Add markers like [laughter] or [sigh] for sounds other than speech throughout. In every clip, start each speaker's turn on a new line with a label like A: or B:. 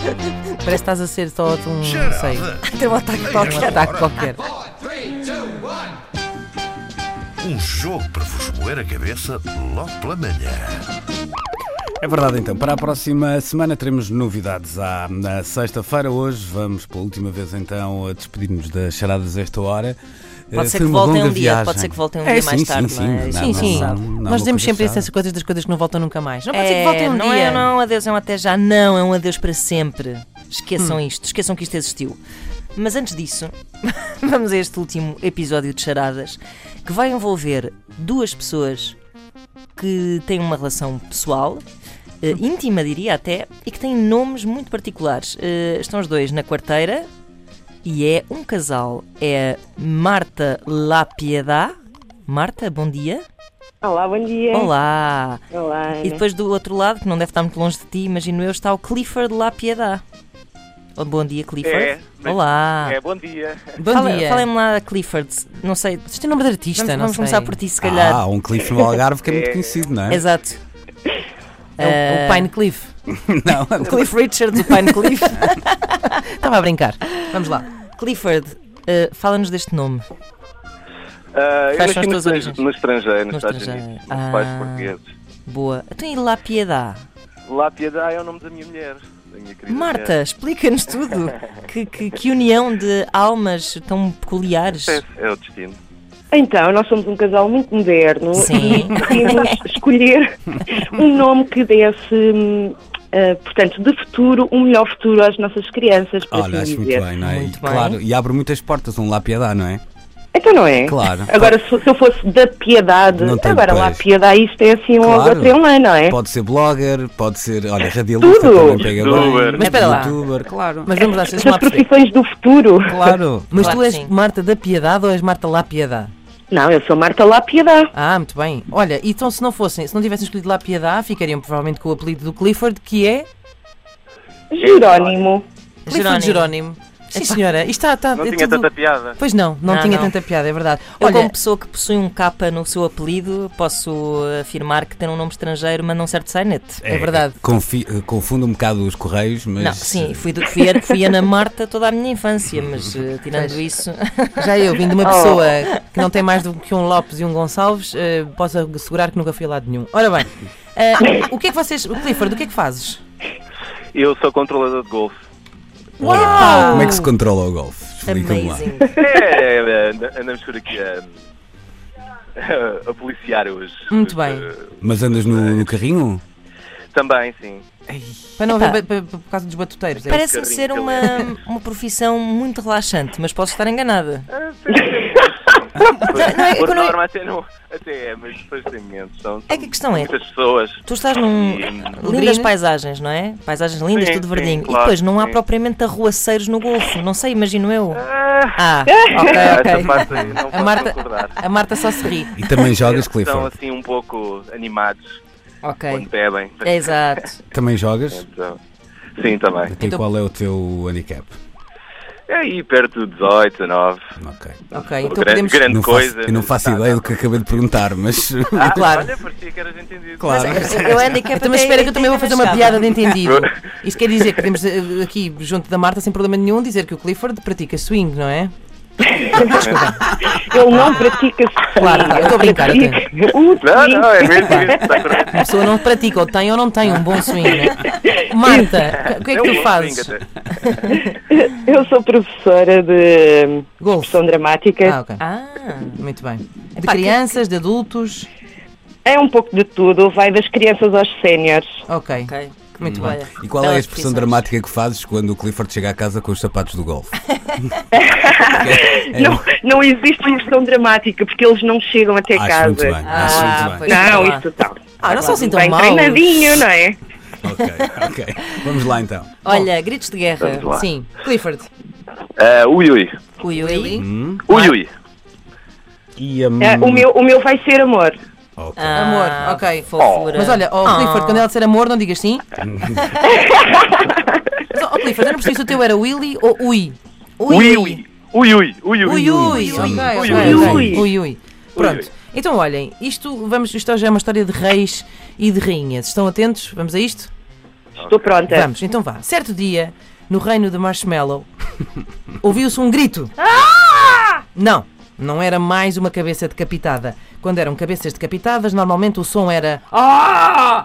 A: Parece que estás a ser só de um. Não sei.
B: Tem um ataque
A: Um
B: qualquer.
A: ataque qualquer.
C: Um jogo para vos moer a cabeça logo pela manhã.
D: É verdade então, para a próxima semana teremos novidades. À, na sexta-feira, hoje, vamos pela última vez então a despedir-nos das charadas desta hora.
B: Pode
D: Eh,
B: ser
D: foi
B: que
D: uma
B: voltem
D: longa
B: um dia,
D: viagem.
B: pode ser que voltem um
D: É,
B: dia
D: sim,
B: mais
D: sim,
B: tarde,
D: sim,
B: não é?
D: não,
B: Isso
A: Sim,
B: não se
A: sim.
B: sabe.
D: não,
A: Nós dizemos
D: coisa
A: sempre
D: fechada.
A: essas coisas das coisas que não voltam nunca mais. Não pode ser
B: É,
A: que voltem um
B: não
A: dia.
B: é não, adeus é um até já, não, é um adeus para sempre. Esqueçam
A: Hum.
B: isto, esqueçam que isto existiu. Mas antes disso, [laughs] vamos a este último episódio de Charadas, que vai envolver duas pessoas que têm uma relação pessoal, eh,
A: Hum.
B: íntima diria até, e que têm nomes muito particulares. Eh, estão os dois na quarteira e é um casal. É Marta Lapiedá. Marta, bom dia.
E: Olá, bom dia.
B: Olá.
E: Olá, Ana.
B: E depois do outro lado, que não deve estar muito longe de ti, imagino eu, está o Clifford La Piedade. Oh, bom dia,
F: É,
B: Clifford.
F: mas-
B: Olá.
F: É, bom dia.
A: Bom
B: Fala-
A: dia.
B: Falem-me lá, Clifford. Não sei.
A: Isto tem nome de artista,
B: Vamos,
A: não
B: vamos
A: sei.
B: começar por ti, se calhar.
D: Ah, um cliff no Algarve que é muito
F: É.
D: conhecido, não é?
B: Exato.
A: É o, o Pine Cliff.
D: [laughs] Não,
B: [laughs] Cliff Richards, o Pine Cliff.
A: [laughs] Estava a brincar. Vamos lá.
B: Clifford, eh, fala-nos deste nome.
F: Ah, eu
B: Quais são
F: nasci
B: as
F: no,
B: tuas
F: estrange-
B: origens?
F: no estrangeiro,
B: No
F: nos Estados
B: estrangeiro.
F: Unidos, com
B: Ah.
F: pais portugueses.
B: Boa. Então e La Piedade?
F: Lá Piedá é o nome da minha mulher, da minha querida
B: Marta, explica-nos tudo. Que, que- que união de almas tão peculiares.
F: mulher. É, é o destino.
E: Então, nós somos um casal muito moderno
B: Sim.
E: e queríamos escolher um nome que desse, hum, ah, portanto, de futuro, um melhor futuro às nossas crianças, por
D: olha,
E: assim
D: acho muito
E: dizer.
D: bem, não é?
B: Muito
D: e,
B: bem.
D: Claro, e abre muitas portas um lapiadá, não é?
E: Então não é?
D: Claro.
E: Agora, se, se eu fosse da piedade,
D: Não tem
E: agora lá,
D: peixe.
E: piedade, isto é assim um
D: Claro.
E: algotrelã, não é?
D: Pode ser blogger, pode ser, olha, radialista
E: Tudo.
D: também pega
F: Youtuber.
D: bem.
A: Mas espera lá.
D: Youtuber, claro.
A: Mas vamos lá, deixa-me
E: Essas
A: lá perceber.
E: profissões do futuro.
B: [laughs]
D: Claro.
A: Mas
B: Claro
A: tu
B: que
A: és
B: sim.
A: Marta da Piedade ou és Marta La Piedade?
E: Não, eu sou Marta Lá Piedade.
A: Ah, muito bem. Olha, então se não fossem, se não tivessem escolhido La Piedade, ficariam provavelmente com o apelido do Clifford, que é
E: Jerónimo.
A: Clifford Jerónimo. Sim, senhora, isto está. está
F: Não
A: é
F: tinha
A: tudo-
F: tanta piada.
A: Pois não, não,
B: Não,
A: tinha
B: não.
A: tanta piada, é verdade.
B: Eu,
A: Olha,
B: como pessoa que possui um K no seu apelido, posso afirmar que ter um nome estrangeiro manda um certo sainete.
A: é verdade.
D: Confi- eh, Confundo um bocado os correios, mas.
B: Não, sim, fui, do- fui, a- fui Ana Marta toda a minha infância, mas eh, tirando isso, [laughs]
A: Já eu, vindo de
B: Oh.
A: uma pessoa que não tem mais do que um Lopes e um Gonçalves, eh, posso assegurar que nunca fui a lado nenhum. Ora bem, eh, o que é que vocês. Clifford, o que é que fazes?
F: Eu sou controlador de golfe.
A: Uau!
D: Como é que se controla o golfe? Explica-me lá.
B: amazing.
F: É, é, é, and- andamos por aqui a, a, policiar hoje.
A: Muito bem.
F: Eh,
D: Mas andas no, no carrinho?
F: também, sim.
A: Para não
B: Epá.
A: haver. pa- pa- pa- por causa dos batuteiros. é isso?
B: Parece-me ser uma, uma profissão muito relaxante, mas posso estar enganada.
F: Ah, sim, sim.
B: não é-
F: Por
B: quando é-
F: norma até, não, até é, mas depois tem momentos. São,
B: É que a questão é,
F: muitas pessoas.
B: tu estás num. Lindas
A: Brilho.
B: paisagens, não é? Paisagens lindas,
F: Sim,
B: tudo
F: sim,
B: verdinho.
F: claro,
B: e depois não há
F: sim.
B: propriamente arruaceiros no golfo, não sei, imagino eu.
F: Ah,
B: Ah,
F: essa
A: ok, ok.
F: parte aí não
A: A
F: posso
A: Marta,
F: concordar.
A: a Marta só se ri.
D: E também jogas,
F: Estão
D: Clifford?
F: assim um pouco animados
B: ok.
F: quando bebem.
B: É exato.
D: Também jogas?
F: Então, sim, também.
D: E
A: Então-
D: qual é o teu handicap?
F: É aí perto de 18, 19.
D: Ok.
A: Ok,
F: Não,
A: então
F: grande,
A: podemos.
F: grande
D: Não
F: coisa.
D: faço, eu não faço
F: Tá,
D: ideia
F: tá.
D: do que acabei de perguntar, mas. [laughs]
F: Ah,
A: Claro.
F: Olha, parecia que eras entendido.
D: Claro.
B: Eu ando e que é
A: Eu também
B: para-
A: espero que eu também vou fazer uma
B: chegava.
A: piada de
F: [laughs]
A: entendido. Isso quer dizer que podemos eh, aqui, junto da Marta, sem problema nenhum, dizer que o Clifford pratica swing, não é?
E: Ele
D: Ah.
E: não pratica
A: Claro, tá, eu estou a brincar, eu tenho.
E: o
F: Não,
E: swing.
F: não, é mesmo isso. Está correto.
A: A pessoa não pratica, ou tem ou não tem um bom swing, não
F: [laughs]
A: é? Marta, o que é que
F: um
A: tu
F: bom
A: fazes?
F: swing até.
E: Eu sou professora de hum,
A: Golfe.
E: expressão dramática.
A: Ah, ok.
B: Ah,
A: Muito bem. De
B: Epá, que-
A: crianças, de adultos.
E: É um pouco de tudo, vai das crianças aos séniores.
A: Ok.
B: ok. Então,
A: Muito bem.
B: Olha,
D: E qual é a
B: belas
D: expressão
B: profissões.
D: dramática que fazes quando o Clifford chega a casa com os sapatos do golfe? É,
E: Não, não existe expressão dramática porque eles não chegam até
D: acho
E: casa.
D: muito bem, acho muito bem.
B: pois.
E: Não,
B: Olá.
E: isso está.
A: Ah, não são
B: Então
A: assim tão
E: Bem
A: maus.
E: treinadinho, não é?
D: Ok, ok. Vamos lá então.
B: Olha, gritos de guerra.
F: Vamos lá.
A: Sim. Clifford.
F: Ah, ui, ui.
B: Ui, ui.
F: Ui, ui.
D: E, hum,
E: É, o, meu, o meu vai ser amor.
D: ok.
B: Ah,
A: Amor, ok.
B: Fofura.
A: Oh. Mas olha, ó oh,
B: Ah.
A: Clifford, quando ela disser amor, não digas sim. Mas, ó oh, Clifford, eu não percebi se o teu era Willy ou Ui.
F: Ui, ui. Ui, ui. Ui, ui.
A: Ui, ui, ok,
D: ui, ui,
A: ok, ok.
E: ui.
A: Ui, ui. Pronto.
F: ui.
A: Então, olhem, isto, vamos, isto já é uma história de reis e de rainhas. Estão atentos? Vamos a isto?
E: Estou pronta.
A: Vamos, então vá. Certo dia, no reino de Marshmallow, ouviu-se um grito. Não, não era mais uma cabeça decapitada. Quando eram cabeças decapitadas, normalmente o som era.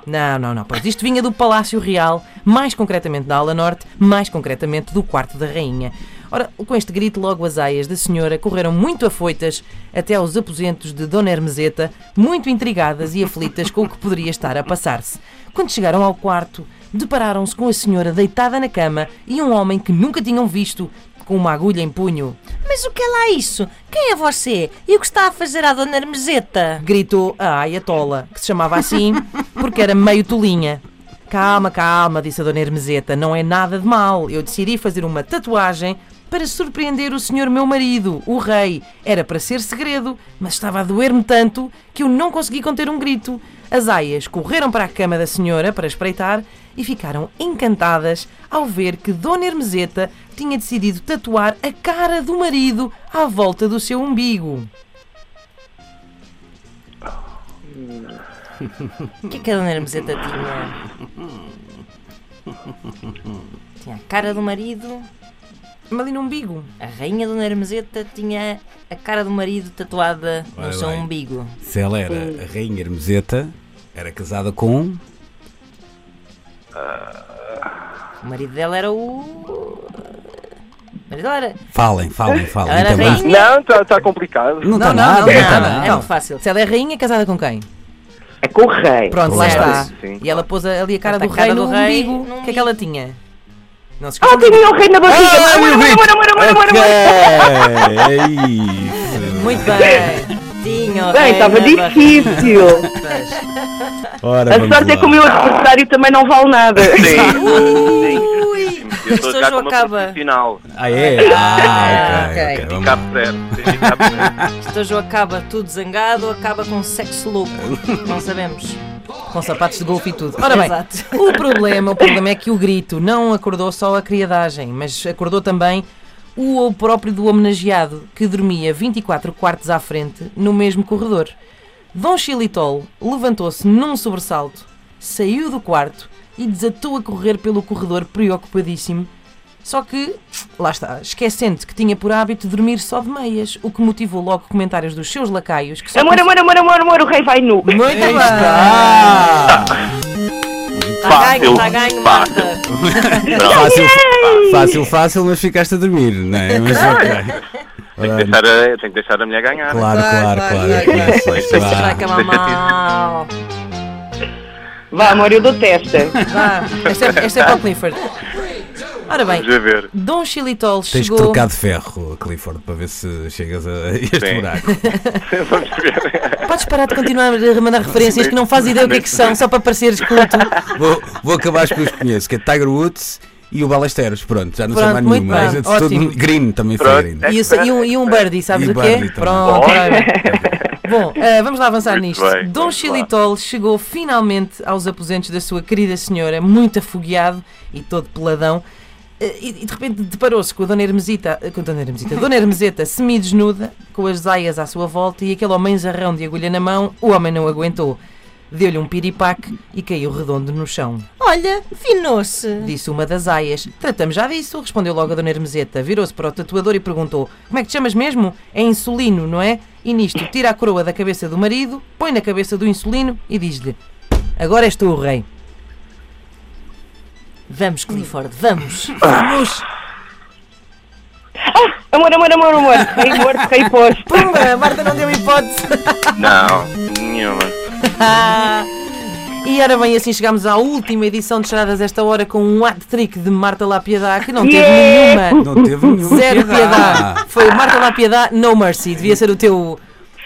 A: Não, não, não. Pois isto vinha do Palácio Real, mais concretamente da Ala Norte, mais concretamente do quarto da Rainha. Ora, com este grito, logo as aias da senhora correram muito afoitas até aos aposentos de Dona Hermeseta, muito intrigadas e aflitas com o que poderia estar a passar-se. Quando chegaram ao quarto, depararam-se com a senhora deitada na cama e um homem que nunca tinham visto, com uma agulha em punho.
B: Mas o que é lá isso? Quem é você? E o que está a fazer à Dona Hermeseta?
A: gritou a aia tola, que se chamava assim porque era meio tolinha. Calma, calma, disse a Dona Hermeseta, não é nada de mal. Eu decidi fazer uma tatuagem para surpreender o senhor meu marido, o rei. Era para ser segredo, mas estava a doer-me tanto que eu não consegui conter um grito. As aias correram para a cama da senhora para espreitar e ficaram encantadas ao ver que Dona Hermeseta tinha decidido tatuar a cara do marido à volta do seu umbigo.
B: O que é que a Dona Hermeseta tinha? Tinha a cara do marido.
A: Mas ali no umbigo.
B: A rainha Dona Hermeseta tinha a cara do marido tatuada
D: Ora
B: no seu
D: bem.
B: umbigo.
D: Se ela era a rainha Hermeseta, era casada com. um?
B: O marido dela era o. O marido dela era.
D: Falem, falem, falem.
B: Ela era
D: Então, vá.
B: rainha.
F: Não, está complicado.
D: Não está
A: não,
D: nada,
A: não,
D: não está
A: não,
D: nada.
B: é muito fácil.
A: Se ela é rainha, casada com quem?
E: É com o rei.
A: Pronto, lá está.
F: Sim, sim.
A: E ela pôs ali a cara
B: Bota
A: do
B: a cara
A: rei
B: do
A: no
B: rei
A: umbigo.
B: no
A: O que é que ela tinha? Não se
E: Ah,
A: esqueça.
E: tinha o rei na barriga.
D: Ah,
E: Bora, bora, bora, bora, bora, bora, bora.
D: É Ok, é isso.
A: Muito bem.
B: Tinha o
E: Bem,
B: rei
E: estava
B: na barriga.
E: difícil.
D: [laughs]
B: [laughs]
D: Ora,
E: A
D: vamos
E: sorte é
D: lá.
E: que o meu adversário também não
D: [laughs]
E: vale nada.
B: Ui!
F: Eu
B: Este
F: estou a jogar
B: hoje
F: como
B: acaba.
F: profissional.
D: Ah, é? Ah, ok,
B: ok.
D: ok, vamos lá.
F: Cabo zero. Sim, cabo zero.
B: Este hoje acaba tudo zangado ou acaba com sexo louco. Não sabemos.
A: Com sapatos de golfe e tudo. Ora bem,
B: Exato.
A: o problema, o problema é que o grito não acordou só a criadagem, mas acordou também o próprio do homenageado, que dormia 24 quartos à frente, no mesmo corredor. Dom Xilitol levantou-se num sobressalto, saiu do quarto e desatou a correr pelo corredor preocupadíssimo, Só que, lá está, esquecendo que tinha por hábito dormir só de meias, o que motivou logo comentários dos seus lacaios que só
E: Amor, amor, amor, amor, amor, o rei vai nu.
A: Muito
D: Aí
A: bem!
D: está!
A: Tá
B: Está ganho,
F: Fácil.
B: está ganho,
F: [laughs]
B: Marta.
D: Fácil, fácil, fácil, mas ficaste a dormir, não é? Mas, ok.
F: Tenho
D: Ora,
F: que deixar a- tenho que deixar a mulher
A: [laughs]
F: ganhar.
D: Claro, claro, claro. é que isso, é isso,
B: Será
D: vá.
B: que é mal?
E: Vá, amor, eu dou
D: [laughs]
E: testa.
A: Vá, esta é, esta é para o Clifford. Ora bem,
F: né? Vamos a ver. [laughs]
A: Dom Xilitol
D: Tens que
A: chegou.
D: trocar de ferro, Clifford, para ver se chegas a [laughs] este
F: Sim.
D: buraco.
F: Vamos ver.
A: Podes parar de continuar a mandar referências que não fazes ideia o que é que são, só para pareceres culto.
D: Vou, vou acabar com os que conheço, que é Tiger Woods e o Balesteros. Pronto, já não
A: Pronto,
D: sei mais
A: muito
D: nenhum.
A: bem,
D: mas é de todo-
A: ótimo.
D: green também foi
F: Pronto. É.
D: green.
A: E, o- e um, e um birdie, sabes
D: E
A: o que é?
D: birdie também.
A: Pronto, olha. Bom, eh, vamos lá avançar
F: Muito
A: nisto.
F: bem,
A: Dom
F: vamos
A: Xilitol chegou finalmente aos aposentos da sua querida senhora, muito afogueado e todo peladão. eh, E, e de repente deparou-se com a Dona Hermesita, eh, com a Dona Hermesita, Dona Hermesita semidesnuda, com as aias à sua volta e aquele homem zarrão de agulha na mão, o homem não aguentou. Deu-lhe um piripaque e caiu redondo no chão.
B: Olha, finou-se.
A: Disse uma das aias. Tratamos já disso, respondeu logo a Dona Hermeseta. Virou-se para o tatuador e perguntou: Como é que te chamas mesmo? É insulino, não é? E nisto tira a coroa da cabeça do marido, põe na cabeça do insulino e diz-lhe: Agora és tu o rei.
B: Vamos, Clifford, vamos.
A: Vamos!
E: Amor, amor, amor, amor. Rei morto, rei posto.
A: Pumba! [laughs] A Marta não deu hipótese!
F: Não, nenhuma.
A: E ora bem, assim chegámos à última edição de Charadas desta hora com um hat-trick de Marta Lapiedá, que não teve
E: Yeah!
A: [laughs] nenhuma.
D: Não teve nenhum. Ah.
A: Zero piedade. Foi Marta Lapiedá, no mercy. Devia ser o teu.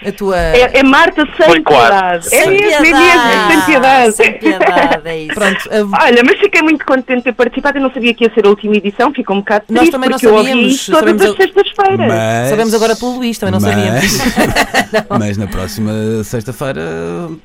A: A tua.
E: É, é Marta sem
F: Foi quase.
E: piedade. É
B: Sem
E: mesmo, é mesmo, sem
B: piedade.
E: piedade.
B: Sem piedade, é isso.
A: Pronto, a-
E: [laughs] Olha, mas fiquei muito contente de ter participado. Eu não sabia que ia ser a última edição. Fico um bocado
A: Nós
E: triste
A: também não
E: porque eu ouvi
A: sabíamos,
E: isto todas
A: sabemos
E: as
A: a-
E: sextas-feiras.
D: Mas-
A: Sabemos agora pelo Luís, também não sabíamos.
D: Mas, mas na próxima sexta-feira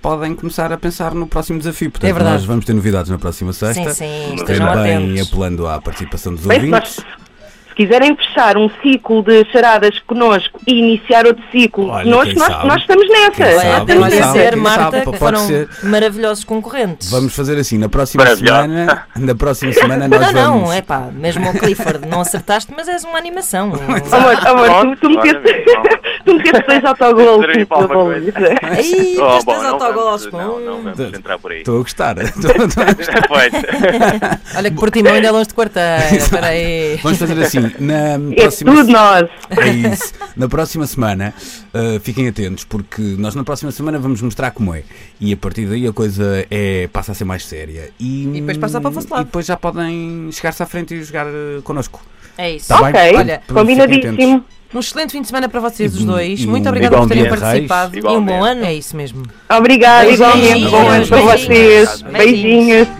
D: podem começar a pensar no próximo desafio. Portanto,
A: É verdade.
D: Nós vamos ter novidades na próxima
B: Sim,
D: sexta.
B: sim,
A: é
D: Também
B: estejam atentos.
D: apelando à participação dos
E: Bem, se nós-
D: ouvintes.
E: se quiserem fechar um ciclo de charadas connosco e iniciar outro ciclo
D: Olha,
E: connosco,
D: quem
E: nós,
D: sabe?
E: nós estamos nessa.
D: Quem
E: Nós
D: sabe,
E: estamos
D: quem
B: Podem
E: nessa.
D: sabe,
B: ser,
A: é
D: quem
B: Marta,
D: sabe,
B: que
D: pode
B: foram
D: ser.
B: maravilhosos concorrentes.
D: Vamos fazer assim, na próxima
F: Maravilhosa.
D: semana, na próxima semana nós
B: não,
D: vamos.
B: não, é pá, mesmo ao Clifford não acertaste, mas és
A: [laughs]
B: uma animação.
E: Amor, amor, tu, tu
F: Pronto,
E: meteste
F: claramente,
E: [laughs] tu meteste
F: [laughs]
E: dois autogolos.
F: Seria
E: tipo,
F: para alguma
E: bolas.
B: Aí,
F: Oh,
B: oh,
F: bom,
B: tens
F: não
B: autogolos,
F: vamos-
B: pô.
F: Não, não vamos entrar por aí.
D: Estou a gostar. [laughs] Estou- estou-
F: [laughs] Pois.
A: Olha que Portimão ainda é longe de
B: Ah,
A: quarteira. Espera aí.
D: Vamos fazer assim, na
E: É
D: próxima
E: tudo nós.
D: É isso. Na próxima semana, uh, fiquem atentos, porque nós na próxima semana vamos mostrar como é. E a partir daí a coisa é, passa a ser mais séria. E,
A: E depois passa para o vosso lado.
D: E depois já podem chegar-se à frente e jogar uh, connosco.
B: É isso.
D: Tá bem?
E: ok,
D: Olha, fiquem
E: combinadíssimo.
D: atentos.
A: Um excelente fim de semana para vocês
D: E
A: os
D: um-
A: dois.
D: e
A: Muito
D: um
A: obrigada
D: bom
A: por terem
D: dia, Reis.
A: participado.
B: E um bom ano.
A: É isso mesmo.
E: Obrigada,
B: Beijinhos.
E: igualmente. Bom ano para
B: Beijinhos.
E: vocês.
B: Beijinhos.
E: Beijinhos.